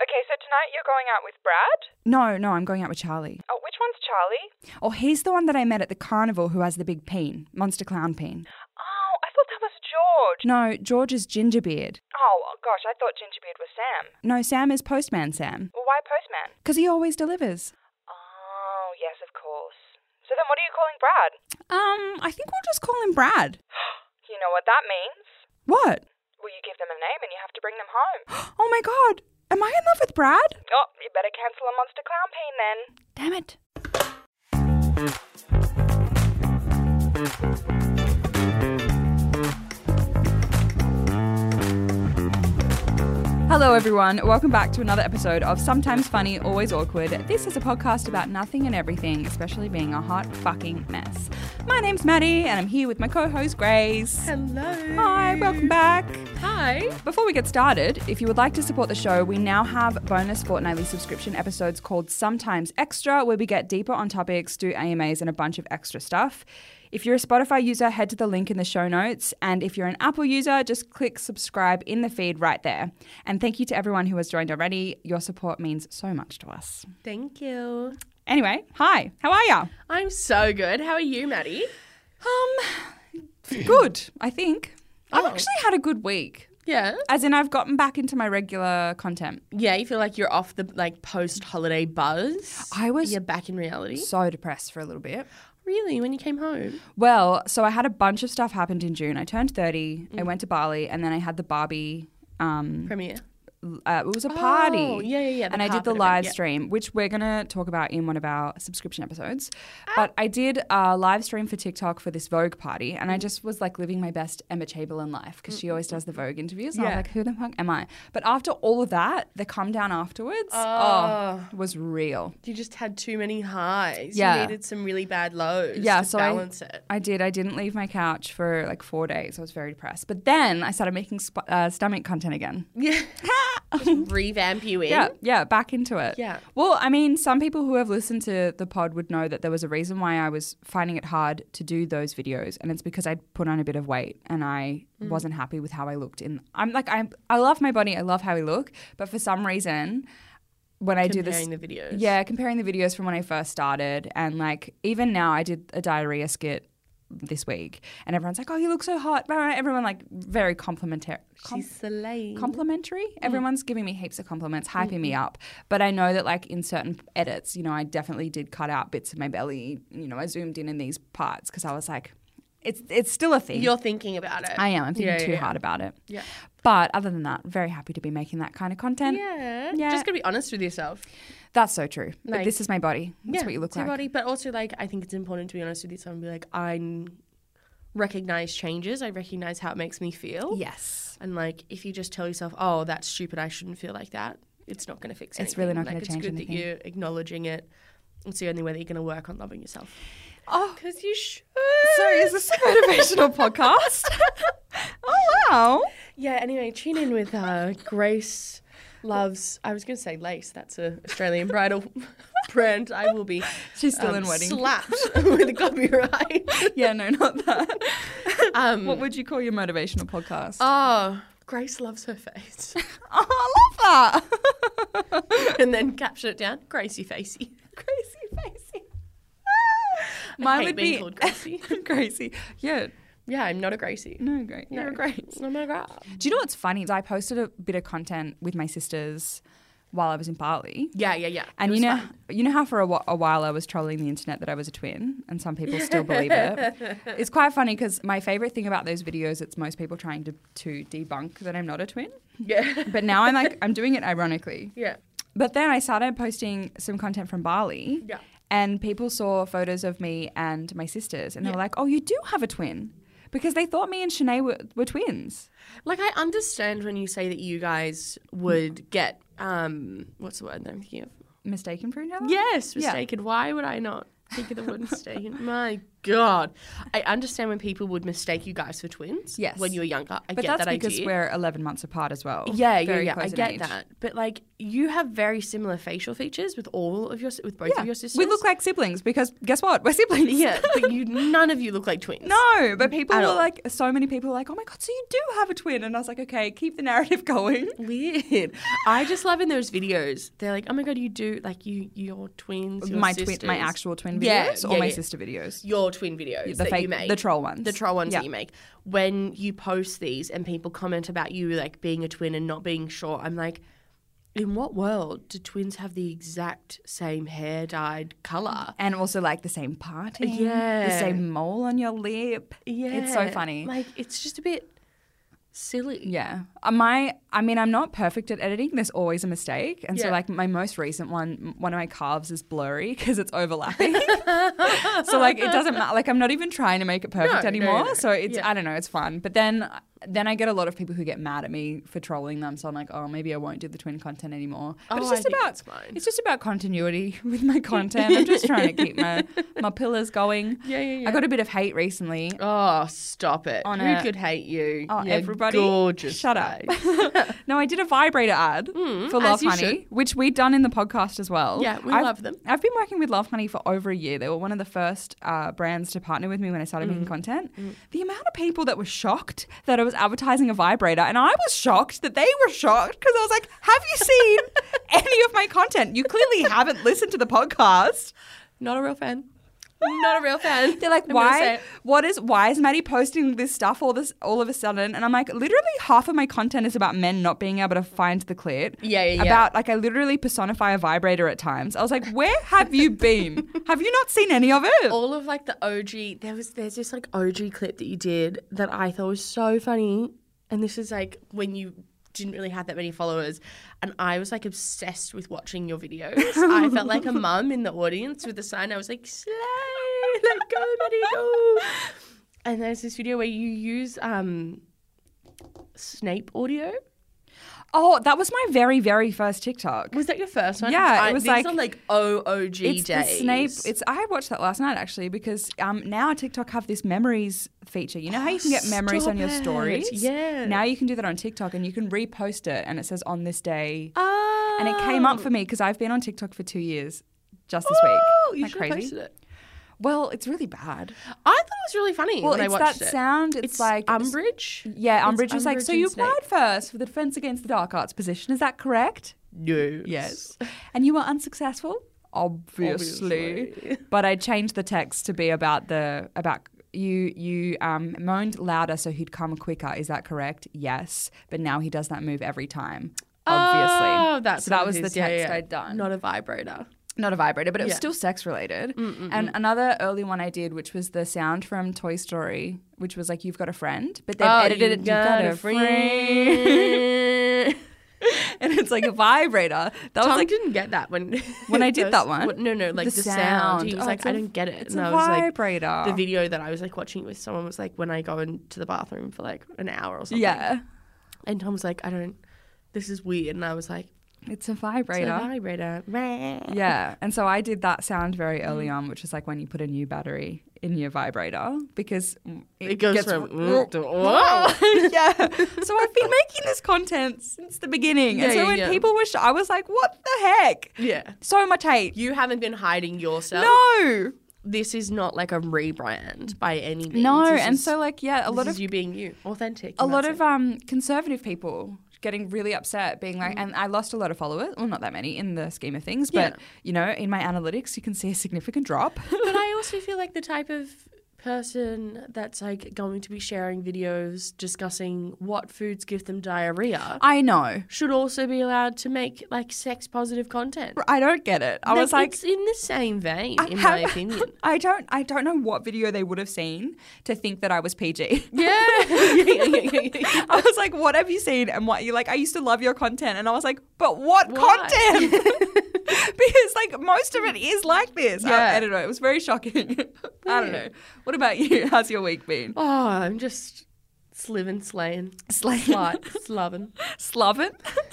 Okay, so tonight you're going out with Brad? No, no, I'm going out with Charlie. Oh, which one's Charlie? Oh, he's the one that I met at the carnival who has the big peen, monster clown peen. Oh, I thought that was George. No, George is Gingerbeard. Oh, gosh, I thought Gingerbeard was Sam. No, Sam is Postman Sam, Well, why Postman? because he always delivers. Oh, yes, of course. So then what are you calling Brad? Um, I think we'll just call him Brad. You know what that means? What? Well, you give them a name and you have to bring them home. Oh my god, am I in love with Brad? Oh, you better cancel a monster clown pain then. Damn it. Hello, everyone. Welcome back to another episode of Sometimes Funny, Always Awkward. This is a podcast about nothing and everything, especially being a hot fucking mess. My name's Maddie, and I'm here with my co host, Grace. Hello. Hi, welcome back. Hi. Before we get started, if you would like to support the show, we now have bonus fortnightly subscription episodes called Sometimes Extra, where we get deeper on topics, do AMAs, and a bunch of extra stuff. If you're a Spotify user, head to the link in the show notes. And if you're an Apple user, just click subscribe in the feed right there. And thank you to everyone who has joined already. Your support means so much to us. Thank you. Anyway, hi, how are ya? I'm so good. How are you, Maddie? Um, good, I think. I've actually had a good week. Yeah. As in, I've gotten back into my regular content. Yeah, you feel like you're off the like post holiday buzz. I was You're back in reality. so depressed for a little bit. Really, when you came home. Well, so I had a bunch of stuff happened in June. I turned 30, Mm. I went to Bali, and then I had the Barbie. Um, Premiere. uh, it was a party. Oh, yeah, yeah, yeah, the And I did carpet the event, live yeah. stream, which we're going to talk about in one of our subscription episodes. Ah. But I did a live stream for TikTok for this Vogue party, Mm. and I just was like living my best Emma Chamberlain life because she always does the Vogue interviews. And I was Yeah. like, who the fuck am I? But after all of that, the come down afterwards oh, Oh. was real. You just had too many highs. Yeah. You needed some really bad lows Yeah, to so I- balance it. I did. I didn't leave my couch for like four days. I was very depressed. But then I started making sp- uh, stomach content again. Yeah. Revamp you in. Yeah, yeah, back into it. Yeah. Well, I mean, some people who have listened to the pod would know that there was a reason why I was finding it hard to do those videos, and it's because I'd put on a bit of weight and I wasn't happy with how I looked. In I'm like I I love my body, I love how I look, but for some reason, when I do this Comparing the videos. yeah, comparing the videos from when I first started, and like even now, I did a diarrhea skit this week, and everyone's like, "Oh, you look so hot!" Blah, blah, blah. Everyone like very complimentary. She's Mm. slay. complimentary. Everyone's giving me heaps of compliments, hyping me Mm-hmm. up. But I know that like in certain edits, you know, I definitely did cut out bits of my belly. You know, I zoomed in in these parts because I was like, "It's it's still a thing." You're thinking about it. I am. I'm thinking Yeah, yeah, too yeah. hard about it. Yeah. But other than that, very happy to be making that kind of content. Yeah. Yeah. Just gonna be honest with yourself. That's so true. But Like- this is my body. That's what you look it's your like. body, but also like I think it's important to be honest with yourself and be like, I recognize changes. I recognize how it makes me feel. Yes. And like if you just tell yourself, oh, that's stupid. I shouldn't feel like that. It's not going to fix anything. It's really not Like, gonna change It's good anything. that you're acknowledging it. It's the only way that you're going to work on loving yourself. Oh, Because you should. sorry, is this a motivational podcast? oh wow. Yeah. Anyway, tune in with uh, Grace. Loves. I was going to say lace. That's a Australian bridal brand. I will be She's still um, in wedding. slapped with copyright. yeah, no, not that. Um, what would you call your motivational podcast? Oh, Grace loves her face. oh, Uh, I love that. and then caption it down, Gracie facey. Crazy facey. I Mine hate would being be called Gracie. crazy. Yeah, Yeah, I'm not a Gracie. no, great. No. You're great. Oh my god. Do you know what's funny? I posted a bit of content with my sisters while I was in Bali. Yeah, yeah, yeah. And It you was know, fun. you know how for a, wh- a while I was trolling the internet that I was a twin, and some people still believe it. It's quite funny because my favorite thing about those videos, it's most people trying to, to debunk that I'm not a twin. Yeah. But now I'm like, I'm doing it ironically. Yeah. But then I started posting some content from Bali, Yeah. and people saw photos of me and my sisters, and they were like, "Oh, you do have a twin," because they thought me and Shanae were, were twins. Like I understand when you say that you guys would get um what's the word that I'm thinking of? Mistaken for each other. Yes, Yeah. mistaken. Why would I not think of the word mistaken? My God. I understand when people would mistake you guys for twins. Yes. When you were younger. I But get that's that because idea. we're 11 months apart as well. yeah, yeah, Oh, Very yeah. I close in get age. that. But like, you have very similar facial features with all of your, with both Yeah. of your sisters. We look like siblings because guess what? We're siblings. yeah, but you, none of you look like twins. No, but people At were all. like, so many people were like, oh my God, so you do have a twin. And I was like, okay, keep the narrative going. Weird. I just love in those videos. They're like, oh my god, you do like you, your twins, your my, twin, sisters. my actual twin videos Yeah, or yeah, my yeah. sister videos? your twin videos the that fake, you make, the troll ones. the troll ones Yeah. that you make. When you post these and people comment about you like being a twin and not being sure, I'm like, in what world do twins have the exact same hair dyed color? And also like the same party. The Yeah. same mole on your lip. It's so funny. Like it's just a bit silly. Yeah. Uh, My, I mean, I'm not perfect at editing. There's always a mistake. And so, Yeah. like, my most recent one, m- one of my calves is blurry because it's overlapping. so, like, it doesn't matter. Like, I'm not even trying to make it perfect No, no, anymore. no. So, it's, Yeah. I don't know, it's fun. But then, uh, then I get a lot of people who get mad at me for trolling them. So I'm like, oh, maybe I won't do the twin content anymore. But it's Oh, I just think about, that's fine. it's just about continuity with my content. I'm just trying to keep my, my pillars going. Yeah, yeah, yeah. I got a bit of hate recently. Oh, stop it! On Who a- could hate you? Oh, Your everybody, gorgeous. shut up. face. No, I did a vibrator ad for as Love you Honey, which we've done in the podcast as well. Yeah, we I've- love them. I've been working with Love Honey for over a year. They were one of the first uh, brands to partner with me when I started Mm. making content. The amount of people that were shocked that I was advertising a vibrator, and I was shocked that they were shocked because I was like, "Have you seen any of my content? You clearly haven't listened to the podcast." Not a real fan. Not a real fan. They're like, I'm gonna say why? it. What is? Why is Maddie posting this stuff all this all of a sudden? And I'm like, literally half of my content is about men not being able to find the clit. Yeah, yeah, yeah. About like I literally personify a vibrator at times. I was like, where have you been? have you not seen any of it? all of like the OG. There was there's this like OG clip that you did that I thought was so funny, and this is like when you didn't really have that many followers, and I was like obsessed with watching your videos. I felt like a mum in the audience with a sign. I was like, slay, let go, Maddie, go. And there's this video where you use um, Snape audio. oh, that was my very very first TikTok. Was that your first one? Yeah, it I- was these like- are, like OOG It's the days. Snape. It's I watched that last night actually because um, now TikTok have this memories feature. You know how you can get memories on your Stop it. stories. Yeah. Now you can do that on TikTok and you can repost it, and it says on this day. Oh. And it came up for me because I've been on TikTok for two years just this week. Oh, you Isn't that should have posted it. Well, it's really bad. I thought it was really funny Well, when I it's watched that it. sound. It's, it's like Umbridge. Yeah, It's Umbridge was like, Umbridge so and you Snape." applied first for the Defense Against the Dark Arts position. Is that correct? No. And you were unsuccessful? Obviously. Obviously. but I changed the text to be about the about you you um, moaned louder so he'd come quicker. Is that correct? Yes. But now he does that move every time. Obviously. Oh, that's so that what was it the is. text Yeah, yeah. I'd done. Not a vibrator. not a vibrator, but it was Yeah. Mm, still sex related. And another early one I did, which was the sound from Toy Story, which was like "You've Got a Friend," but they've Oh, edited it. you to You've got a friend, and it's like a vibrator. That was Tom like didn't get that when When I did that one? What- No, no, like the, sound. He sound. was Oh, like, it's a- I don't get it. it's and a I was like, vibrator. the video that I was like watching it with someone was like when I go into the bathroom for like an hour or something. yeah, And Tom was like, I don't. This is weird. And I was like, it's a it's a vibrator. vibrator. yeah, and so I did that sound very early Mm. on, which is like when you put a new battery in your vibrator because mm, It goes gets from r- mm to whoa. yeah. So I've been making this content since the beginning, and Yeah, so yeah, when yeah. people were, sh- I was like, "What the heck? Yeah. So much hate." You haven't been hiding yourself. No, This is not like a rebrand by any means. no, This and is- so like yeah, a this lot is of you being you, authentic. a and lot that's of um conservative people getting really upset, being like, Mm. and I lost a lot of followers. Well, not that many in the scheme of things, but Yeah. you know, in my analytics, you can see a significant drop. it. But I also feel like the type of person that's like going to be sharing videos discussing what foods give them diarrhea I know. should also be allowed to make like sex positive content. I don't get it. I was like, it's in the same vein, in how- my opinion. I don't, I don't know what video they would have seen to think that I was PG. yeah. I was like, what have you seen? And what you like, I used to love your content. And I was like, but what Why? content? because like most of it is like this. I, I Yeah. don't know. It was very shocking. I don't know. Weird. What about you? How's your week been? oh, I'm just slivin' slaying. Slut. Slut, slavin'. Sloven?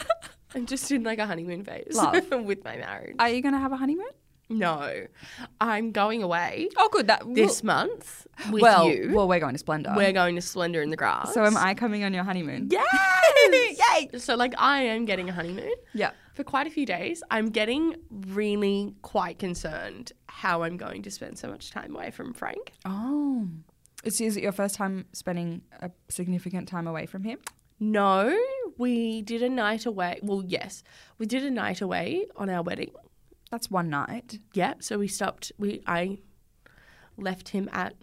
I'm just in like a honeymoon phase Love. with my marriage. Are you going to have a honeymoon? No, I'm going away Oh, good. That this month with well, you. well, we're going to Splendor. We're going to Splendor in the Grass. so am I coming on your honeymoon? Yes! Yay! So like I am getting a honeymoon Yeah. for quite a few days. I'm getting really quite concerned how I'm going to spend so much time away from Frank. Oh. Is, is it your first time spending a significant time away from him? No, we did a night away. Well, yes, we did a night away on our wedding. That's one night. Yeah, so we stopped. We I left him at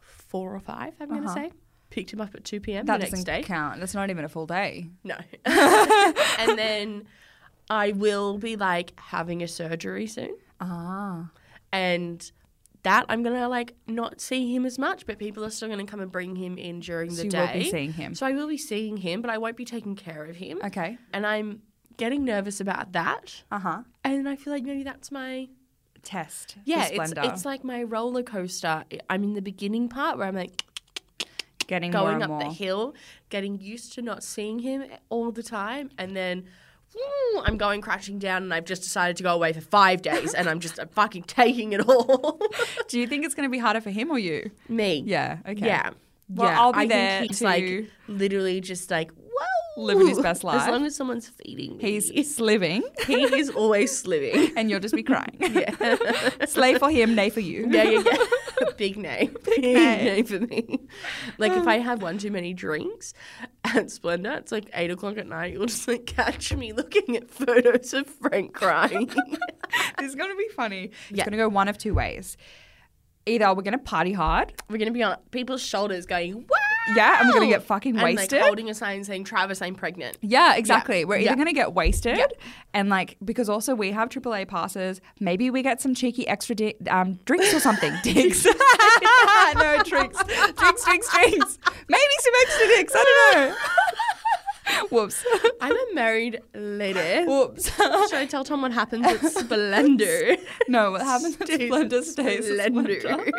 four or five. I'm Uh-huh. gonna say picked him up at two p.m. That the next doesn't day. count. That's not even a full day. No, and then I will be like having a surgery soon, Ah. and that I'm gonna like not see him as much, but people are still gonna come and bring him in during So the you day. will be seeing him. So I will be seeing him, but I won't be taking care of him, Okay. and I'm getting nervous about that. Uh huh. And I feel like maybe that's my Test. for Yeah, it's, Splendor. it's like my roller coaster. I'm in the beginning part where I'm like getting more going and up more. the hill, getting used to not seeing him all the time, and then woo, I'm going crashing down, and I've just decided to go away for five days, and I'm just I'm fucking taking it all. Do you think it's going to be harder for him or you? Me, Yeah. Okay. yeah, Well, yeah. I'll be I there think he's to- like literally just like whoa, Living his best life. As long as someone's feeding me, He's sliving, he is always living. and you'll just be crying. yeah. Slay for him, nay for you. Yeah, yeah, yeah. Big name. Big name. name for me. Like if I have one too many drinks at Splendor, it's like eight o'clock at night, you'll just like catch me looking at photos of Frank crying. This is going to be funny. It's Yeah. going to go one of two ways. Either we're going to party hard, We're gonna be on people's shoulders going, Wow yeah, and we're going to get fucking and wasted. like holding a sign saying Travis, I'm pregnant. yeah, exactly. We're either Yeah. going to get wasted and like, because also we have AAA passes, maybe we get some cheeky extra di- um, drinks or something. dicks. no, drinks. Drinks, drinks, drinks. Maybe some extra dicks. I don't know. Whoops. I'm a married lady. Whoops. Should I tell Tom what happens at Splendor? no, what happens at Stays at Splendor stays at Splendor. Splendor.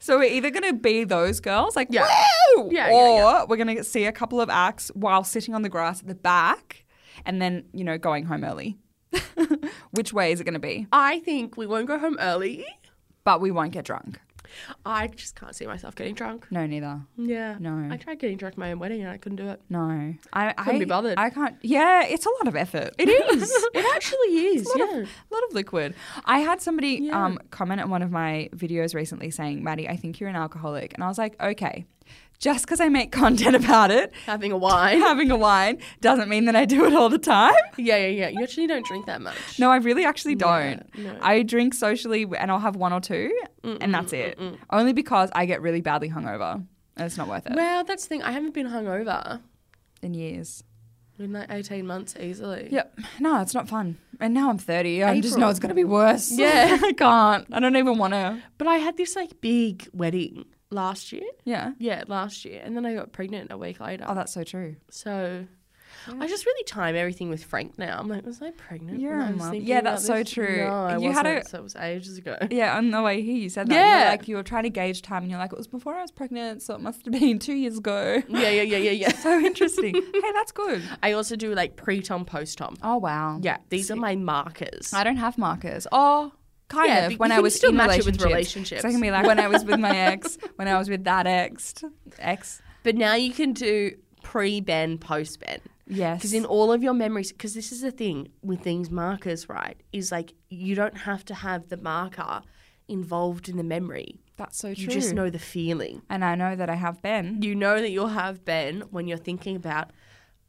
So we're either going to be those girls, like, Yeah. woo! Yeah, yeah, or yeah. we're going to see a couple of acts while sitting on the grass at the back and then, you know, going home early. Which way is it going to be? I think we won't go home early. But we won't get drunk. I just can't see myself getting drunk. No, neither. Yeah. No. I tried getting drunk at my own wedding and I couldn't do it. No. I Couldn't I, be bothered. I can't. Yeah, it's a lot of effort. It it actually is. a lot, yeah. of, a lot of liquid. I had somebody Yeah. um, comment on one of my videos recently saying, Maddie, I think you're an alcoholic. And I was like, okay, just because I make content about it, Having a wine. having a wine, doesn't mean that I do it all the time. yeah, yeah, yeah. You actually don't drink that much. No, I really actually don't. no. I drink socially and I'll have one or 2 and that's it. Only because I get really badly hungover. And it's not worth it Well, that's the thing. I haven't been hungover in years. in like 18 months easily. Yep. No, it's not fun. And now I'm 30. I just know April. it's going to be worse. Yeah. I can't. I don't even want to. But I had this like big wedding last year. Yeah. Yeah, last year. And then I got pregnant a week later. Oh, that's so true. so I just really time everything with Frank now. I'm like, was I pregnant? You're when a I was mum. thinking Yeah, about that's so this? true. No, I You you had wasn't. a- so it was ages ago. Yeah, on the way here, you said that. Yeah. Yeah. like, you were trying to gauge time and you're like, it was before I was pregnant, so it must have been two years ago. Yeah, yeah, yeah, yeah, yeah. so interesting. hey, that's good. I also do like pre tom, post tom. Oh, wow. Yeah, these are my markers. I don't have markers. Oh, kind Yeah, of. but When you I can was still in match relationships. it with So I relationships. can be like, when I was with my ex, when I was with that ex, ex. But now you can do pre Ben, post Ben. Yes. Because in all of your memories, because this is the thing with these markers, right? Is like you don't have to have the marker involved in the memory. that's so true. You just know the feeling. And I know that I have been. You know that you'll have Ben when you're thinking about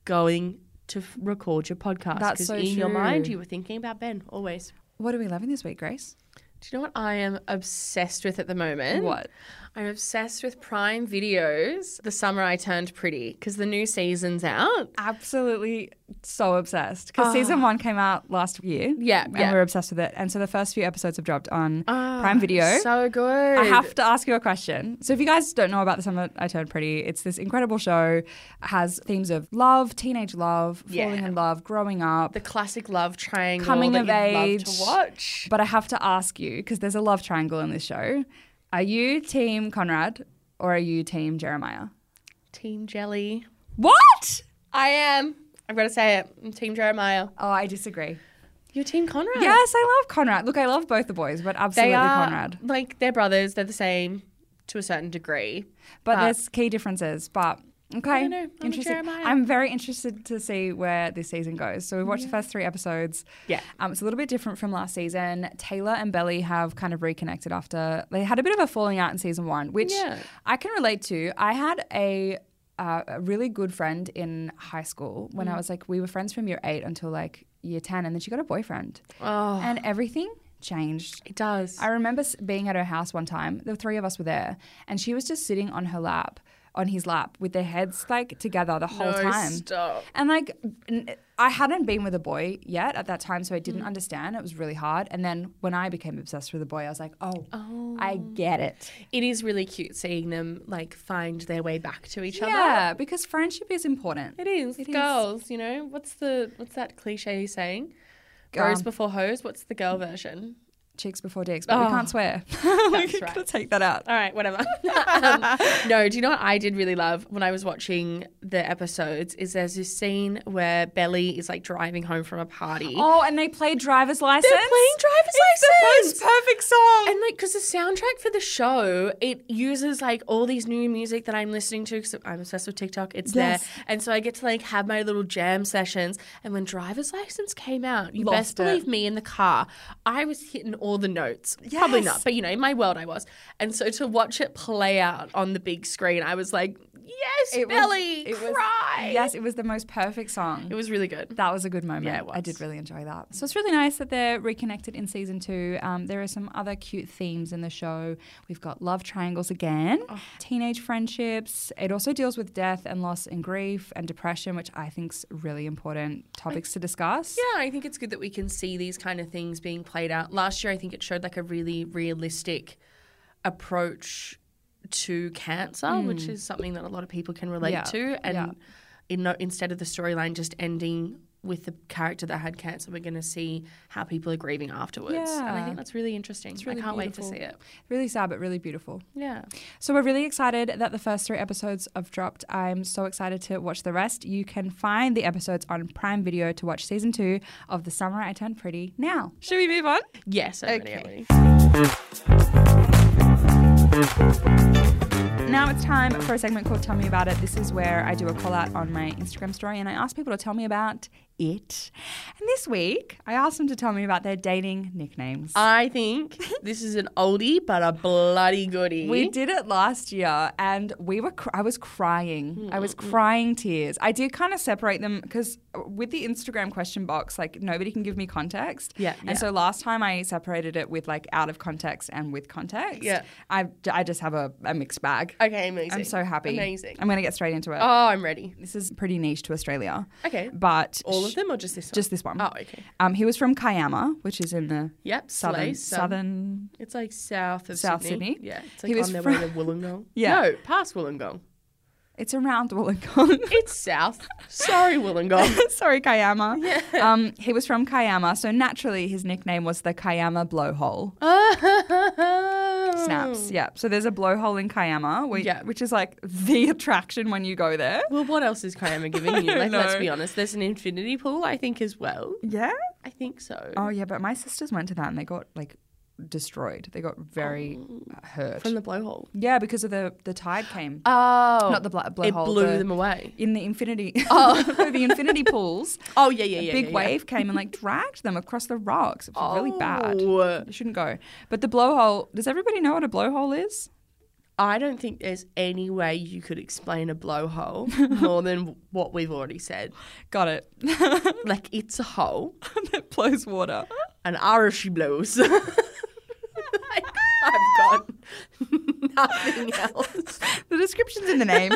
going to f- record your podcast. That's 'Cause so in your true. mind, you were thinking about Ben always. What are we loving this week, Grace? Do you know what I am obsessed with at the moment? What? I'm obsessed with Prime Videos, The Summer I Turned Pretty, because the new season's out. Absolutely so obsessed. Because season one came out last year. Yeah, And yeah. we're obsessed with it. And so the first few episodes have dropped on Prime Video. Ah, So good. I have to ask you a question. So, if you guys don't know about The Summer I Turned Pretty, it's this incredible show. It has themes of love, teenage love, falling Yeah. in love, growing up. the classic love triangle Coming that of you age. love to watch. but I have to ask you because there's a love triangle in this show. Are you Team Conrad or are you Team Jeremiah? Team Jelly. What? I am. I've got to say it. I'm Team Jeremiah. Oh, I disagree. Your team Conrad. Yes, I love Conrad. Look, I love both the boys, but absolutely they are Conrad. like they're brothers. They're the same to a certain degree. But, but- there's key differences. But okay, don't know. I'm a interesting. Jeremiah. I'm very interested to see where this season goes. So we watched the first three episodes. Yeah. um, it's a little bit different from last season. Taylor and Belly have kind of reconnected after they had a bit of a falling out in season one, which Yeah. I can relate to. I had a. Uh, a really good friend in high school when Mm. I was like, we were friends from year eight until like year 10, and then she got a boyfriend. Oh, And everything changed. it does. I remember s- being at her house one time. The three of us were there, and she was just sitting on her lap, on his lap, with their heads like together the whole No, time. stop. And like, n- I hadn't been with a boy yet at that time, so I didn't understand. It was really hard. And then when I became obsessed with a boy, I was like, oh, I get it. It is really cute seeing them like find their way back to each other. Yeah, because friendship is important. It is. It is. Girls, you know, what's the what's that cliche saying? Girl. Rose before hose, what's the girl version? Chicks before dicks, but we Oh. can't swear. We're That's gonna right. take that out. All right, whatever. um, no, do you know what I did really love when I was watching the episodes? Is there's this scene where Belly is like driving home from a party. Oh, and they play driver's license. playing Driver's It's License. the most perfect song. And like, because the soundtrack for the show, it uses like all these new music that I'm listening to because I'm obsessed with TikTok. It's Yes. there, and so I get to like have my little jam sessions. And when Driver's License came out, you Lost best it. believe me in the car, I was hitting all the notes. Probably Yes. not, but you know, in my world, I was. And so to watch it play out on the big screen, I was like, yes, It was- Belly, it was- cry. Yes, it was the most perfect song. it was really good. that was a good moment. Yeah, it I was. did really enjoy that. So it's really nice that they're reconnected in season two. Um, there are some other cute themes in the show. We've got love triangles again, Oh. teenage friendships. It also deals with death and loss and grief and depression, which I think's really important topics to discuss. Yeah, I think it's good that we can see these kind of things being played out. Last year, I think it showed like a really realistic approach to cancer, which is something that a lot of people can relate Hmm. Yeah, to. And yeah. in no, instead of the storyline just ending with the character that had cancer, we're going to see how people are grieving afterwards. And I Yeah. think that's really interesting. really I beautiful. can't wait to see it. Really sad, but really beautiful. Yeah. So we're really excited that the first three episodes have dropped. I'm so excited to watch the rest. You can find the episodes on Prime Video to watch season two of The Summer I Turned Pretty now. Should we move on? Yes. I'm ready, Okay. I'm ready. Now it's time for a segment called Tell Me About It. This is where I do a call out on my Instagram story and I ask people to tell me about it. And this week, I asked them to tell me about their dating nicknames. I think this is an oldie, but a bloody goodie. We did it last year, and we were. Cr- I was crying. Hmm, I was crying tears. I did kind of separate them because with the Instagram question box, like nobody can give me context. Yeah, And yeah. so last time I separated it with like out of context and with context. Yeah. I, I just have a, a mixed bag. Okay, amazing. I'm so happy. Amazing. I'm gonna get straight into it. Oh, I'm ready. This is pretty niche to Australia. Okay. But All sh- of them or just this one? Just this one. Oh, okay. Um, he was from Kayama, which is in the Yep, southern Slay, so- southern It's like south of South Sydney. Sydney. Yeah, it's He like was on their from- way to Wollongong. Yeah. no, past Wollongong. it's around Wollongong. It's south. Sorry, Wollongong. Sorry, Kayama. Um, he was from Kayama, so naturally his nickname was the Kayama Blowhole. Oh. Snaps. Yeah. So there's a blowhole in Kayama, which, Yeah. which is like the attraction when you go there. Well, what else is Kiama giving you? don't Like, let's know. be honest. There's an infinity pool, I think, as well. Yeah. I think so. Oh yeah, but my sisters went to that and they got like destroyed. They got very uh, hurt. Oh. From the blowhole. yeah, because of the the tide came. Oh, Not the bla- It blowhole. blew the- them away. in the infinity. Oh, the infinity pools. Oh yeah, yeah, yeah. big yeah, yeah. wave came and like dragged them across the rocks. It was really bad. Oh. You shouldn't go. But the blowhole. Does everybody know what a blowhole is? I don't think there's any way you could explain a blowhole more than what we've already said. Got it. that Like, it's a hole. blows water. and Irish blows. Like, I've got nothing else. The description's in the name.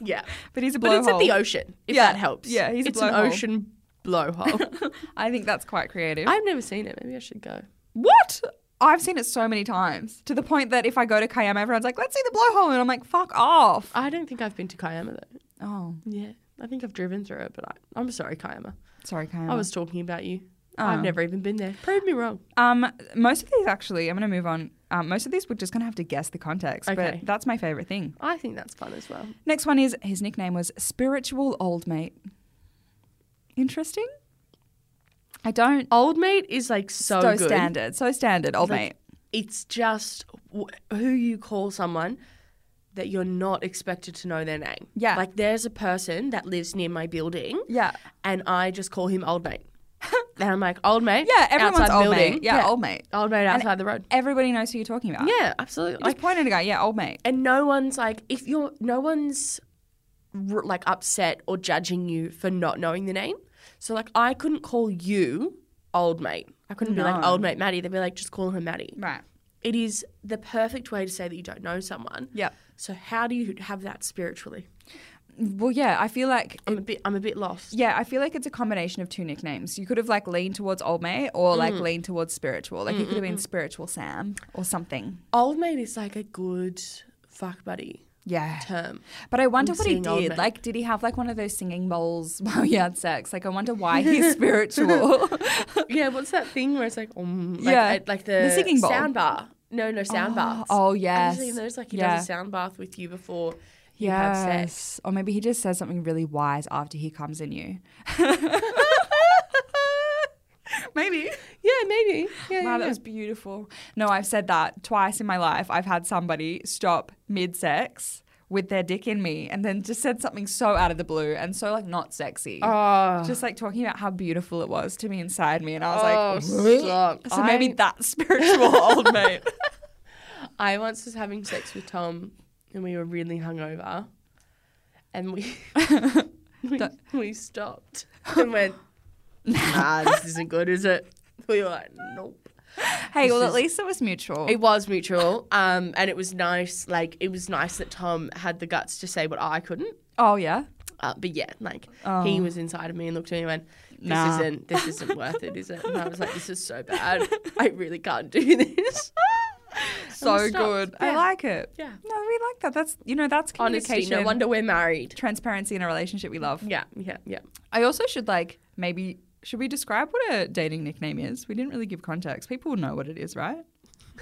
Yeah, but he's a blowhole. but it's at the ocean. If Yeah, that helps. yeah, he's a it's an blowhole. ocean blowhole. I think that's quite creative. I've never seen it. Maybe I should go. what? I've seen it so many times to the point that if I go to Kayama, everyone's like, let's see the blowhole. And I'm like, fuck off. I don't think I've been to Kiama though. Oh, Yeah, I think I've driven through it, but I, I'm sorry, Kiama. sorry, Kayama. I was talking about you. Oh. I've never even been there. Prove me wrong. Um, most of these actually, I'm going to move on. Um, most of these we're just going to have to guess the context, Okay. but that's my favorite thing. I think that's fun as well. Next one is his nickname was Spiritual Old Mate. Interesting. I don't. Old mate is like so, so good. standard. So standard, old Like, mate. It's just wh- who you call someone that you're not expected to know their name. Yeah. Like there's a person that lives near my building. Yeah. And I just call him old mate. and I'm like, old mate. Yeah, everyone's outside old building. mate. Yeah, old mate. Old mate outside the road. Everybody knows who you're talking about. Yeah, absolutely. Just Like, point at a guy. Yeah, old mate. and no one's like, if you're, no one's r- like upset or judging you for not knowing the name. So like, I couldn't call you old mate. I couldn't be like No. old mate Maddie. They'd be like, just call her Maddie. Right. It is the perfect way to say that you don't know someone. Yep. So how do you have that spiritually? Well, yeah, I feel like I'm a bit, I'm a bit lost. Yeah, I feel like it's a combination of two nicknames. You could have like leaned towards old mate or like Mm. leaned towards spiritual. Like you could have been spiritual Sam or something. Old mate is like a good fuck buddy Yeah. term. But I wonder what he seeing old did. mate. Like, did he have like one of those singing bowls while he had sex? Like, I wonder why he's spiritual. Yeah, what's that thing where it's like, um, like, Yeah. yeah, like the, The singing bowl. sound bar. No, no, sound bath. oh, yes. Actually, there's like he Yeah. does a sound bath with you before you have sex. yes. Or maybe he just says something really wise after he comes in you. maybe. Yeah, maybe. Yeah, Wow, that was beautiful. No, I've said that twice in my life. I've had somebody stop mid sex with their dick in me and then just said something so out of the blue and so like not sexy. Oh, Just like talking about how beautiful it was to me inside me. And I Oh, was like, stop. so maybe I- that's spiritual, old mate. I once was having sex with Tom, and we were really hungover, and we we, we stopped and went, Nah, this isn't good, is it? We were like, Nope. hey, well, This at is- least it was mutual. It was mutual, um, and it was nice. Like it was nice that Tom had the guts to say what I couldn't. oh, yeah. Uh, but yeah, like Oh. he was inside of me and looked at me and went, "This Nah. isn't, this isn't worth it, is it?" And I was like, "This is so bad. I really can't do this." So we stopped. good. I Yeah. like it. Yeah. No, we like that. That's, you know, that's communication. Honestly, no wonder we're married. Transparency in a relationship we love. Yeah, yeah, yeah. I also should like maybe should we describe what a dating nickname is? We didn't really give context. People will know what it is, right?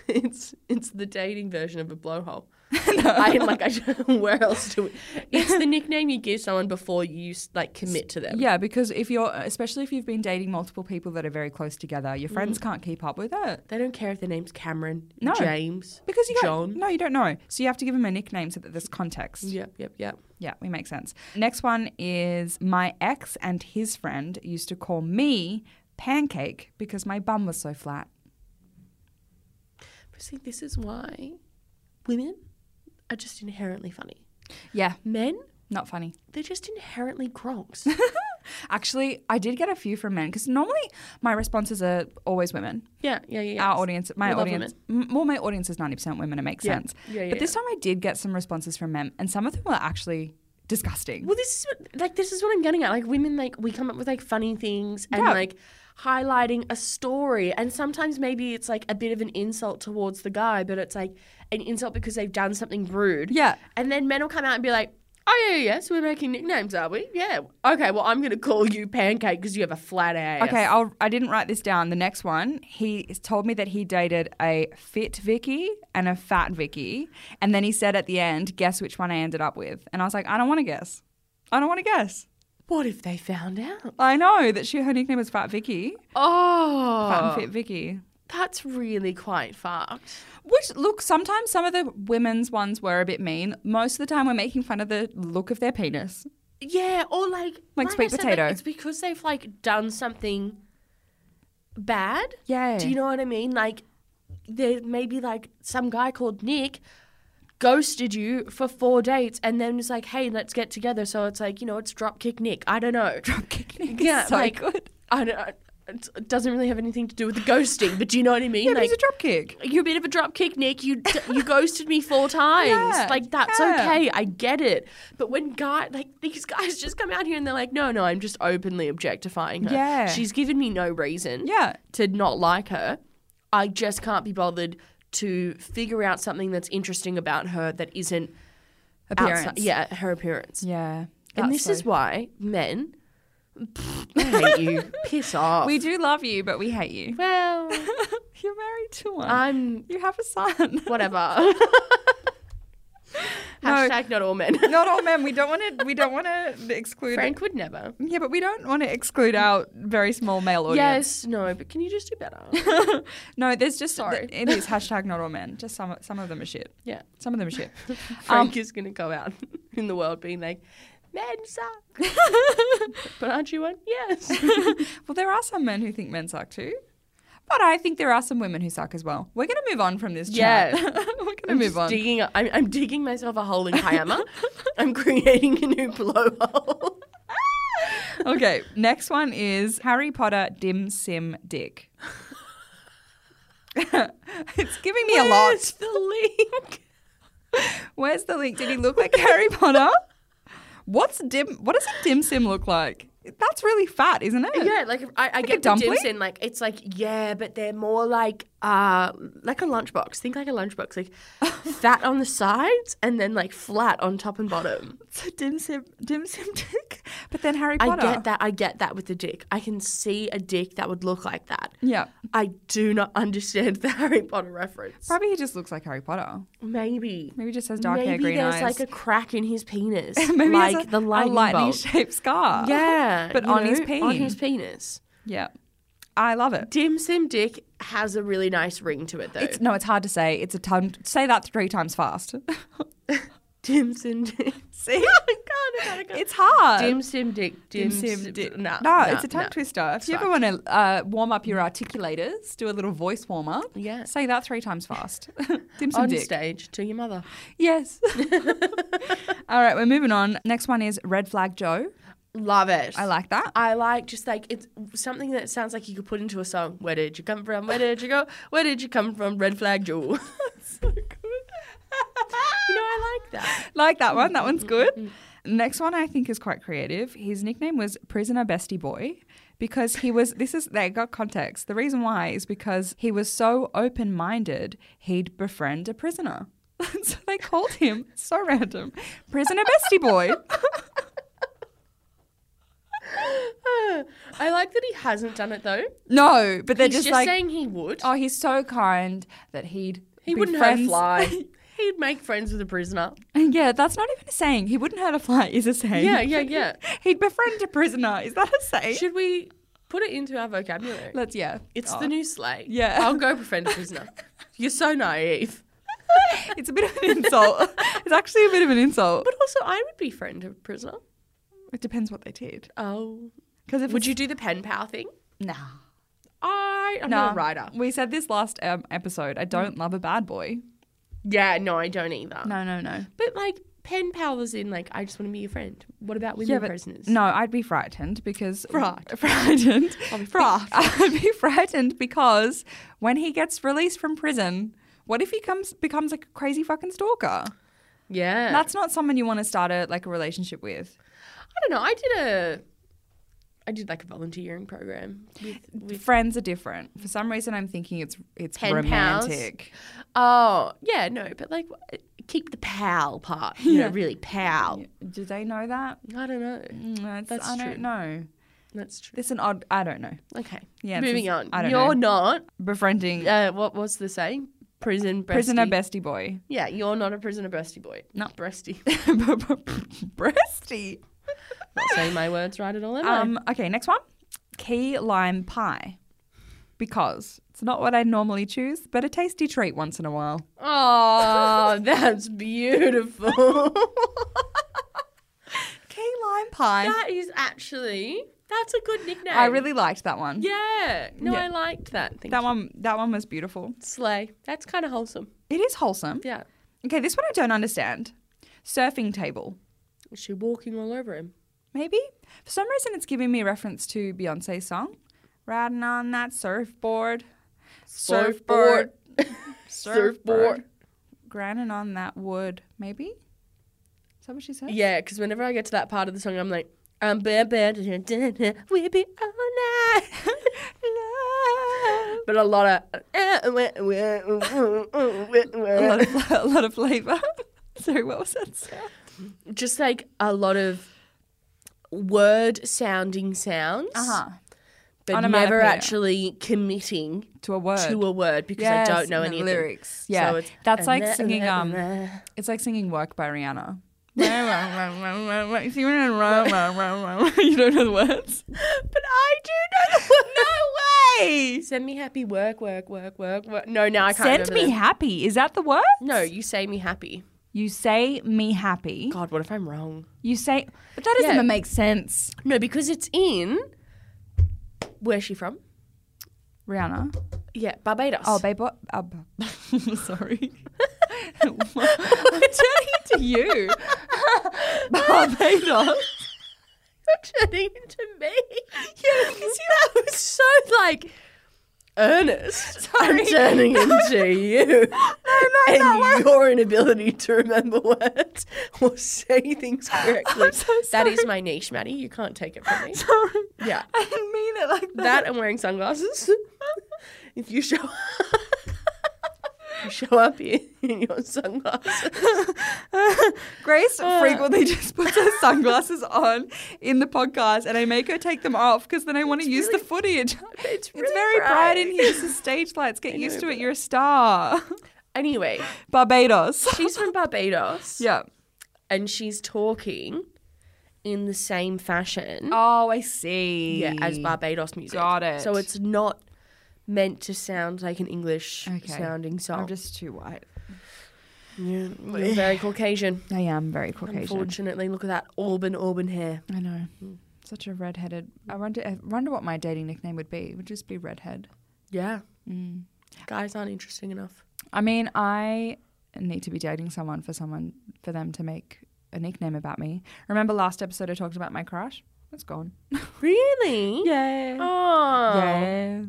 It's it's the dating version of a blowhole. I like. I where else do we? It's the nickname you give someone before you s- like commit to them. Yeah, because if you're especially if you've been dating multiple people that are very close together, your friends can't keep up with it. They don't care if their name's Cameron, No. James, Because you John. don't, no, you don't know. So you have to give them a nickname so that there's context. Yep, yep, yep. Yeah, we make sense. Next one is my ex and his friend used to call me pancake because my bum was so flat. But see, this is why women are just inherently funny. Yeah, Men, not funny. they're just inherently gronks. Actually, I did get a few from men because normally my responses are always women. yeah, yeah, yeah, yeah. our audience, my We love audience, m- well, my audience is ninety percent women. It makes Yeah. sense. Yeah, yeah, but this time I did get some responses from men, and some of them were actually disgusting. Well, this is what, like this is what I'm getting at. Like women, like we come up with like funny things and Yeah. like highlighting a story, and sometimes maybe it's like a bit of an insult towards the guy, but it's like an insult because they've done something rude. Yeah. and then men will come out and be like. Oh yeah, yeah, yeah. So we're making nicknames, are we? Yeah. Okay. Well, I'm gonna call you Pancake because you have a flat ass. Okay, I'll, I didn't write this down. The next one, he told me that he dated a fit Vicky and a fat Vicky, and then he said at the end, "Guess which one I ended up with?" And I was like, "I don't want to guess. I don't want to guess. What if they found out? I know that she her nickname was Fat Vicky, Fat Oh, and Fit Vicky." that's really quite fucked. Which look, sometimes some of the women's ones were a bit mean. Most of the time, we're making fun of the look of their penis. Yeah, or like Like sweet I said, potato. it's because they've like done something bad. Yeah. Do you know what I mean? Like there maybe like some guy called Nick ghosted you for four dates and then was like, "Hey, let's get together." So it's like you know, it's dropkick Nick. I don't know. Kicknick Yeah, is so like- good. I don't. I- It doesn't really have anything to do with the ghosting, but do you know what I mean? Yeah, but like he's a drop kick. you're a bit of a dropkick, Nick. You you ghosted me four times. Yeah, like that's yeah. okay. I get it. But when guy like these guys just come out here and they're like, no, no, I'm just openly objectifying her. Yeah. she's given me no reason. Yeah. to not like her. I just can't be bothered to figure out something that's interesting about her that isn't outside- Appearance. yeah, her appearance. Yeah. and this is why men pfft, I hate you. Piss off. we do love you, but we hate you. well, You're married to one. I'm you have a son. whatever. Have Hashtag not all men. Not all men. We don't want to. We don't want to exclude. Frank would never. Yeah, but we don't want to exclude our very small male audience. Yes, no, but can you just do better? no, there's just Sorry. th- it is hashtag not all men. Just some some of them are shit. yeah. Some of them are shit. Frank is going to go out in the world being like, men suck. but aren't you one? Yes. well, there are some men who think men suck too. But I think there are some women who suck as well. We're going to move on from this chat. Yeah. We're going to I'm move just on. Digging a, I'm, I'm digging myself a hole in Kayama. I'm creating a new blowhole. okay, next one is Harry Potter Dim Sim Dick. it's giving me a lot. Where's the link? Where's the link? Did he look like Harry Potter? What's dim? What does a dim sim look like? That's really fat, isn't it? Yeah, like if I, I get the dumpling? dips in, like it's like yeah, but they're more like uh like a lunchbox. Think like a lunchbox, like fat on the sides and then like flat on top and bottom. It's a dim sim, dim sim dick. But then Harry I Potter. get that. I get that with the dick. I can see a dick that would look like that. Yeah. I do not understand the Harry Potter reference. Probably he just looks like Harry Potter. Maybe. Maybe he just has dark Maybe hair, green there's eyes. like a crack in his penis, Maybe he has like a, the lightning, a lightning bolt. shaped scar. yeah, but you on his know, on his peen. penis. Yeah. I love it. Dim Sim Dick has a really nice ring to it, though. It's no, it's hard to say. It's a ton. Say that three times fast. Dim Sim Dick. See, God, I gotta go. it's hard. Dim Sim Dick. Dim, Sim Dick. dick. No, No, it's a tongue twister. If you ever want to uh, warm up your articulators, do a little voice warm up. Yeah. Say that three times fast. Dim sum On dick. stage to your mother. Yes. All right, we're moving on. Next one is Red Flag Joe. Love it. I like that. I like just like it's something that sounds like you could put into a song. Where did you come from? Where did you go? Where did you come from? Red flag jewel. so good. you know, I like that. Like that one. That Mm, one's good. Next one I think is quite creative. His nickname was Prisoner Bestie Boy because he was this is they got context. The reason why is because he was so open minded he'd befriend a prisoner. so they called him so random. Prisoner Bestie Boy. I like that he hasn't done it though. no, but they're He's just, just, like saying he would. Oh, he's so kind that he'd he be wouldn't hurt a friends- fly. He'd make friends with a prisoner. yeah, that's not even a saying. He wouldn't hurt a fly is a saying. Yeah, yeah, yeah. He'd befriend a prisoner. Is that a saying? Should we put it into our vocabulary? Let's yeah. It's Oh. the new slay. Yeah. I'll go befriend a prisoner. You're so naive. It's a bit of an insult. it's actually a bit of an insult. But also, I would befriend a prisoner. It depends what they did. Oh. Because if Would you do the pen pal thing? Nah. I, I'm not a writer. We said this last um, episode. I don't love a bad boy. Yeah, no, I don't either. No, no, no. But like, pen pal is in like, I just want to be your friend. What about women prisoners? no, I'd be frightened because Fright. frightened. I'll be Be- fright. I'd be frightened because when he gets released from prison, what if he comes becomes like a crazy fucking stalker? Yeah. That's not someone you want to start a like a relationship with. I don't know. I did a, I did like a volunteering program with, with Friends are different. For some reason, I'm thinking it's it's Pen pals. romantic. oh, yeah, no, but like, keep the pal part, you know, really pal. Do they know that? I don't know. Mm, it's- That's I don't true. know. That's true. It's an odd. I don't know. Okay. Yeah, it's Moving just- on. I don't you're not. Befriending Uh, what was the saying? Prison breasty. prisoner bestie boy. Yeah, you're not a prisoner breasty boy. No. breasty. Breasty. not saying my words right at all. Am I? Um. Okay. Next one. Key lime pie. Because it's not what I normally choose, but a tasty treat once in a while. Oh, that's beautiful. Key lime pie. that is actually that's a good nickname. I really liked that one. yeah. No, Yeah. I liked that. Thank That you. one. That one was beautiful. slay. That's kind of wholesome. It is wholesome. Yeah. Okay. This one I don't understand. Surfing table. Is she walking all over him? Maybe. For some reason, it's giving me reference to Beyonce's song, Riding on That Surfboard. Surfboard. Surfboard. Grinding on that wood. Maybe? Is that what she said? Yeah, because whenever I get to that part of the song, I'm like, I'm bad, bad, we be all night. but a lot of A lot of, a lot of flavour. Sorry, what was that? sound? just Uh-huh. Uh-huh. like a lot of word sounding sounds but never Onomatopoeia. actually committing to a word. to a word because Yes, I don't know and the any lyrics. Of them. Yeah, So it's- that's like singing. Um, it's like singing "Work" by Rihanna. you don't know the words, but I do know the words. No way. Send me happy work, work, work, work, work. No, now I can't. Send remember me them. happy. Is that the word? No, you say me happy. You say me happy. God, what if I'm wrong? You say, but that doesn't Yeah. even make sense. No, because it's in. Where's she from? Rihanna. Yeah, Barbados. Oh, babe. What? Uh, b- sorry. What? I'm turning to you. Barbados. turning into me. Yeah, because you that was so like earnest. Sorry. I'm turning into you. and your inability to remember words or say things correctly. so That is my niche, Maddie. You can't take it from me. Sorry. Yeah. I didn't mean it like that. That I'm wearing sunglasses. if you show you show up here in your sunglasses. Grace frequently just puts her sunglasses on in the podcast, and I make her take them off because then I want to use the footage. It's, It's very bright in here. This is stage lights. Get used to it. You're a star. Anyway, Barbados. she's from Barbados. yeah. and she's talking in the same fashion Oh, I see. yeah, as Barbados music. Got it. So it's not meant to sound like an English Okay. sounding song. I'm just too white. You're- you're very Caucasian. I am very Caucasian. Unfortunately, look at that auburn, auburn hair. I know. Such a redheaded. I wonder. I wonder what my dating nickname would be. It would just be redhead. Yeah. Mm. Guys aren't interesting enough. I mean, I need to be dating someone for someone for them to make a nickname about me. Remember last episode I talked about my crush? It's gone. Really? Yeah. Oh. Yeah.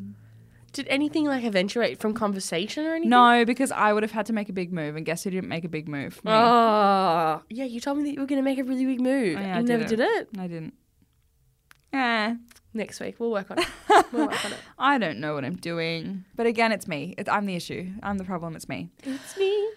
Did anything like eventuate from conversation or anything? No, because I would have had to make a big move, and guess who didn't make a big move? Me. Oh. Yeah, you told me that you were going to make a really big move. Oh, yeah, and I you never didn't. did it. I didn't. Eh, Next week, we'll work on it. We'll work on it. I don't know what I'm doing. But again, it's me. It's, I'm the issue. I'm the problem. It's me. It's me.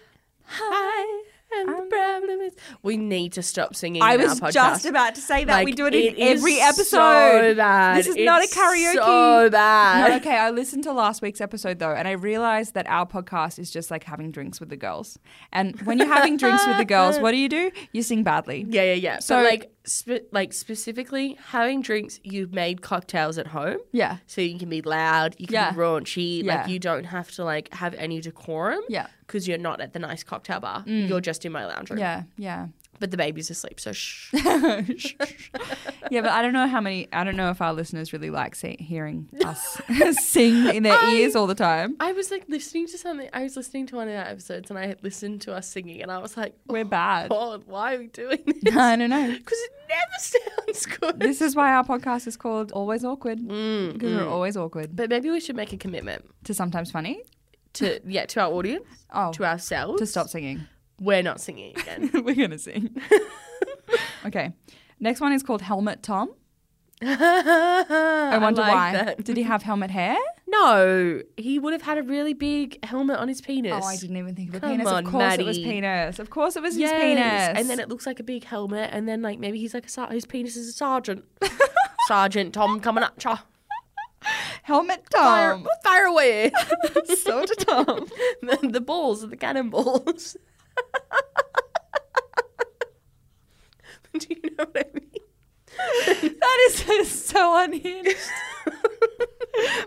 Hi. And the problem is, we need to stop singing. I in our was podcast. just about to say that. we Like, do it in is every episode. So bad. This is not a It's karaoke. So bad. No, okay, I listened to last week's episode though, and I realized that our podcast is just like having drinks with the girls. And when you're having drinks with the girls, what do you do? You sing badly. Yeah, yeah, yeah. So So- like, spe- like specifically having drinks, you've made cocktails at home. Yeah. So you can be loud, you can Yeah. be raunchy, Yeah. like you don't have to like have any decorum. Yeah. Because you're not at the nice cocktail bar. You're just in my lounge room. Mm. Yeah, yeah. But the baby's asleep, so shh. yeah, but I don't know how many, I don't know if our listeners really like see, hearing us sing in their ears all the time. I was like listening to something. I was listening to one of our episodes, and I had listened to us singing, and I was like, We're bad. God, why are we doing this? I don't know. Because it never sounds good. This is why our podcast is called Always Awkward, Mm, because we're always awkward. but maybe we should make a commitment To sometimes funny. to yeah to our audience, Oh, to ourselves. to stop singing. We're not singing again. We're gonna sing. okay. Next one is called Helmet Tom. I I wonder like why. that. Did he have helmet hair? No, he would have had a really big helmet on his penis. Oh, I didn't even think of a Come penis. on, of course it was Maddie. penis. Of course it was Yes. his penis. And then it looks like a big helmet, and then like maybe he's like a ser- his penis is a sergeant. sergeant Tom coming up, cha. helmet Fire, Tom. fire away. so did Tom. the, the balls are the cannonballs. Do you know what I mean? That is just so unhinged.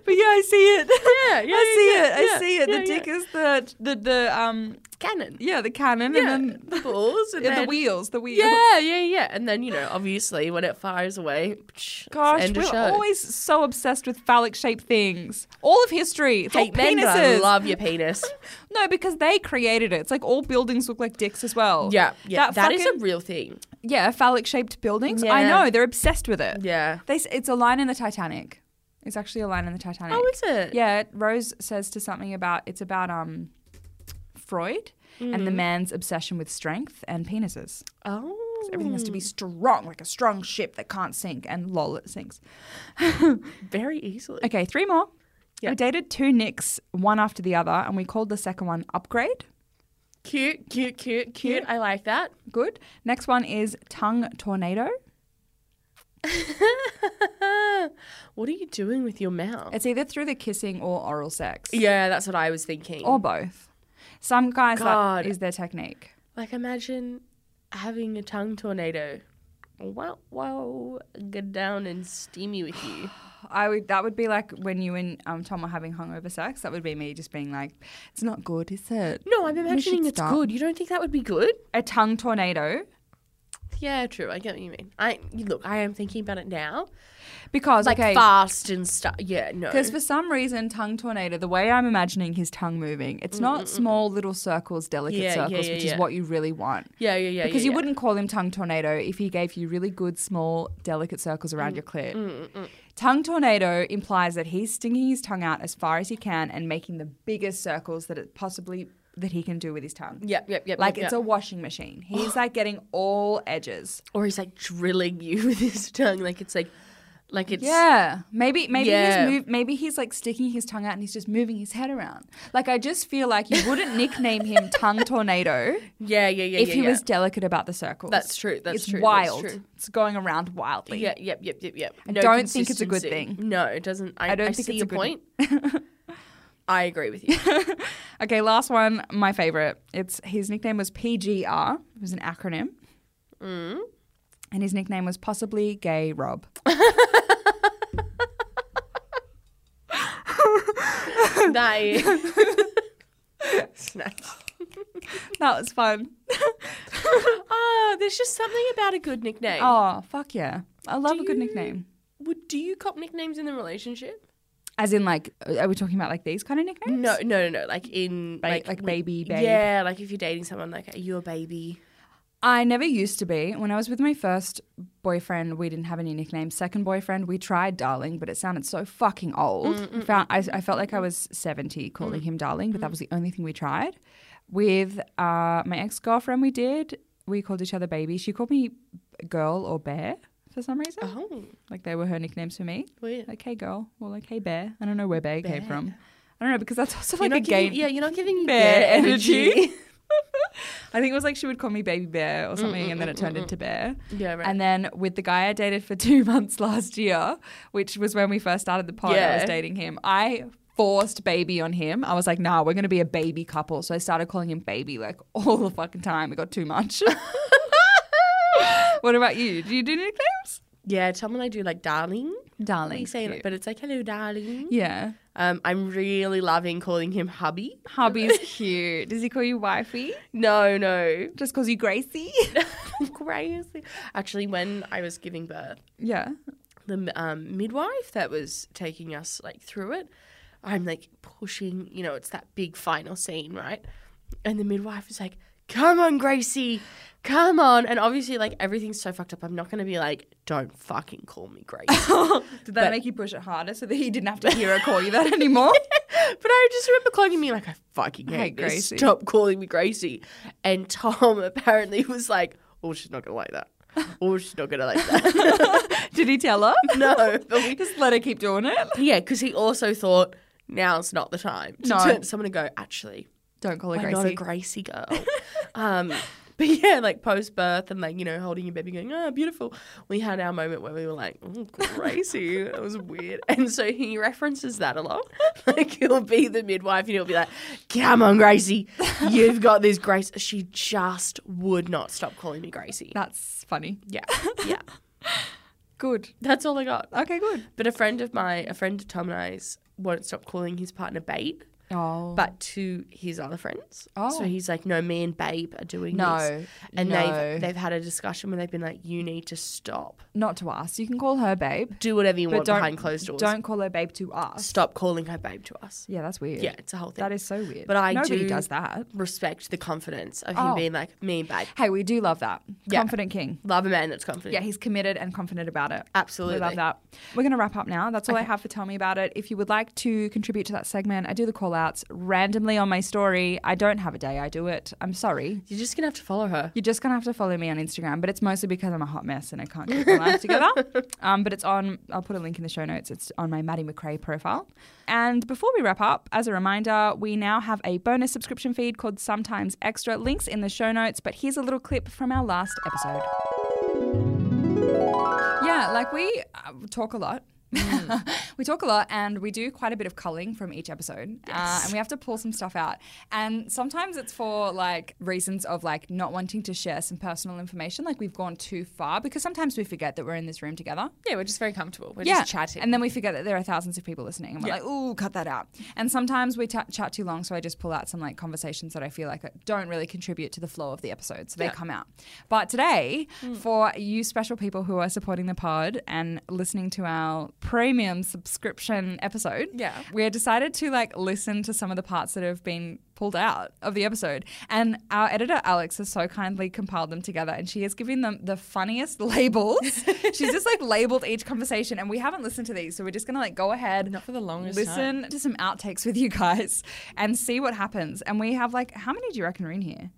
But yeah, I see it. yeah, yeah, I see it. yeah, I see it. yeah, the yeah. dick is the the the um Cannon. yeah the cannon Yeah, and then the balls and yeah, the then- wheels the wheels. Yeah, yeah, yeah. And then you know, obviously, when it fires away, psh, Oh Gosh, end of we're show. always so obsessed with phallic shaped things. All of history, it's hate all men, but I penises. love your penis. no, because they created it. It's like all buildings look like dicks as well. yeah, yeah. that, that fucking, is a real thing. yeah phallic shaped buildings. I Yeah. know they're obsessed with it. Yeah. They, s- it's a line in the Titanic. It's actually a line in the Titanic. Oh, is it? Yeah, Rose says to something about it's about um Freud and Mm. the man's obsession with strength and penises. Oh, Everything has to be strong, like a strong ship that can't sink. And lol, it sinks. very easily. Okay, three more. Yeah. We dated two Nicks, one after the other, and we called the second one Upgrade. Cute, cute, cute, cute. I like that. Good. Next one is Tongue Tornado. what are you doing with your mouth? It's either through the kissing or oral sex. yeah, that's what I was thinking. Or both. Some guys, God. that is their technique. Like imagine having a tongue tornado. Wow, wow, get down and steamy with you. I would. That would be like when you and um, Tom were having hungover sex. That would be me just being like, "It's not good, is it?" No, I'm imagining it's stop. good. You don't think that would be good? A tongue tornado. Yeah, true. I get what you mean. I you- look, I am thinking about it now. Because Like okay, fast and stuff. Yeah, no. Because for some reason, tongue tornado, the way I'm imagining his tongue moving, it's not small little circles, delicate Yeah, yeah, circles, yeah, which yeah. is what you really want. yeah, yeah, yeah. Because yeah, you yeah. wouldn't call him tongue tornado if he gave you really good, small, delicate circles Mm, around your clit. Tongue tornado implies that he's stinging his tongue out as far as he can and making the biggest circles that it possibly that he can do with his tongue. Yep, yep, yep. Like yep, it's a yep. washing machine. He's like getting all edges. or he's like drilling you with his tongue. Like it's like, like it's Yeah, maybe maybe Yeah. he's move, maybe he's like sticking his tongue out and he's just moving his head around. Like I just feel like you wouldn't nickname him Tongue Tornado yeah, yeah, yeah. if yeah, he yeah. was delicate about the circles. That's true, that's it's true, that's Wild. true. It's going around wildly. Yeah, yep, yep, yep, yep. I don't think it's a good consistency. thing. No, it doesn't. I, I don't I think see it's your a good point. I agree with you. Okay, last one, my favorite. It's his nickname was PGR. It was an acronym. Mm. And his nickname was possibly Gay Rob. that is. It's nice. that was fun. Oh, there's just something about a good nickname. oh, fuck yeah. I love Do a good you- nickname. Would do you cop nicknames in the relationship? As in like are we talking about like these kind of nicknames? No, no, no, no. Like in Ba- like when- baby, babe. Yeah, like if you're dating someone, like are you a baby? I never used to be. When I was with my first boyfriend, we didn't have any nicknames. Second boyfriend, we tried darling, but it sounded so fucking old. Mm, I, found, I, I felt like I was 70 calling him darling, Mm. but that was the only thing we tried. With uh, my ex girlfriend, we did. We called each other baby. She called me girl or bear for some reason. Oh, Like they were her nicknames for me. weird. Like, hey girl, or like, hey bear. I don't know where bear, came Bear. from. I don't know, because that's also you're like not a giving, game. Yeah, you're not giving bear bear energy. I think it was like she would call me baby bear or something, and then it turned into bear. Yeah, right. And then with the guy I dated for two months last year, which was when we first started the pod, I was Yeah. dating him. I forced baby on him. I was like, nah, we're gonna be a baby couple. So I started calling him baby like all the fucking time. It got too much. what about you? Do you do nicknames? yeah, Tom and I do like darling. Darling. We say like, cute. but it's like hello, darling. yeah. Um, I'm really loving calling him hubby. Hubby's cute. Does he call you wifey? No, no, Just calls you Gracie? crazy. Actually, when I was giving birth, yeah. the um, midwife that was taking us like through it i'm like pushing you know it's that big final scene right and the midwife is like come on gracie come on and obviously like everything's so fucked up i'm not going to be like don't fucking call me gracie Did that But- make you push it harder so that he didn't have to hear her call you that anymore? but i just remember calling him like i fucking hate, Hate this. Gracie." stop calling me gracie and tom apparently was like oh she's not going to like that oh she's not going to like that Did he tell her? no but we Just let her keep doing it. Yeah, because he also thought now's not the time to No. turn to someone and go, actually, Don't call her I'm Gracie. not a Gracie girl. um, but yeah, like post birth and like, you know, holding your baby going, oh, beautiful. We had our moment where we were like, oh, Gracie, that was weird. And so he references that a lot. Like he'll be the midwife and he'll be like, come on, Gracie, you've got this Grace. She just would not stop calling me Gracie. That's funny. Yeah, yeah. Good. That's all I got. Okay, good. But a friend of my, a friend of Tom and I's, won't stop calling his partner babe, Oh. But but to his other friends. Oh. So he's like, no, me and babe are doing No, this. And no. they've they've had a discussion where they've been like, you need to stop, not to us. You can call her babe. do whatever you But want don't, behind closed doors. don't call her babe to us. stop calling her babe to us. Yeah, that's weird. Yeah, it's a whole thing. That is so weird. But I Nobody do- does that. respect the confidence of Oh. him being like, me and babe. Hey, we do love that. Yeah. Confident king. Love a man that's confident. Yeah, he's committed and confident about it. Absolutely. We love that. We're going to wrap up now. That's all I have for Tell Me About It. If you would like to contribute to that segment, I do the call outs randomly on my story. I don't have a day I do it. I'm sorry. You're just gonna have to follow her. You're just going to have to follow me on Instagram, but it's mostly because I'm a hot mess and I can't get my life together. Um, but it's on, I'll put a link in the show notes. It's on my Maddie McRae profile. And before we wrap up, as a reminder, we now have a bonus subscription feed called Sometimes Extra. Links in the show notes, but here's a little clip from our last episode. Yeah, like like we uh, talk a lot. we talk a lot and we do quite a bit of culling from each episode. Uh, and we have to pull some stuff out. And sometimes it's for like reasons of like not wanting to share some personal information. Like we've gone too far because sometimes we forget that we're in this room together. Yeah, we're just very comfortable. We're just chatting. And then we forget that there are thousands of people listening and we're like, ooh, cut that out. And sometimes we ta chat too long, so I just pull out some like conversations that I feel like don't really contribute to the flow of the episode. So they come out. But today, Hmm. for you special people who are supporting the pod and listening to our premium subscription episode, Yeah. we decided to like listen to some of the parts that have been pulled out of the episode. And our editor Alex has so kindly compiled them together and she has given them the funniest labels. She's just like labeled each conversation and we haven't listened to these, so we're just gonna like go ahead Not for the longest time. listen to some outtakes with you guys and see what happens. And we have like how many do you reckon are in here?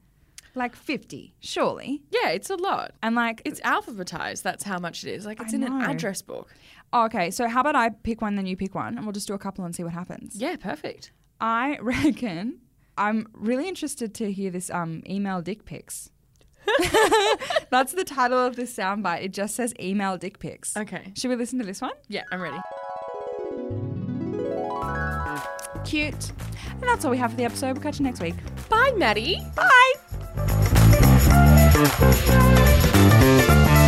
Like fifty, surely. Yeah, it's a lot. And like It's alphabetized. That's how much it is. Like it's I in know. an address book. oh, okay, so how about I pick one then you pick one and we'll just do a couple and see what happens. Yeah, perfect. I reckon I'm really interested to hear this um, email dick pics. That's the title of this soundbite. It just says email dick pics. Okay. Should we listen to this one? Yeah, I'm ready. Cute. And that's all we have for the episode. We'll catch you next week. Bye, Maddie. Bye.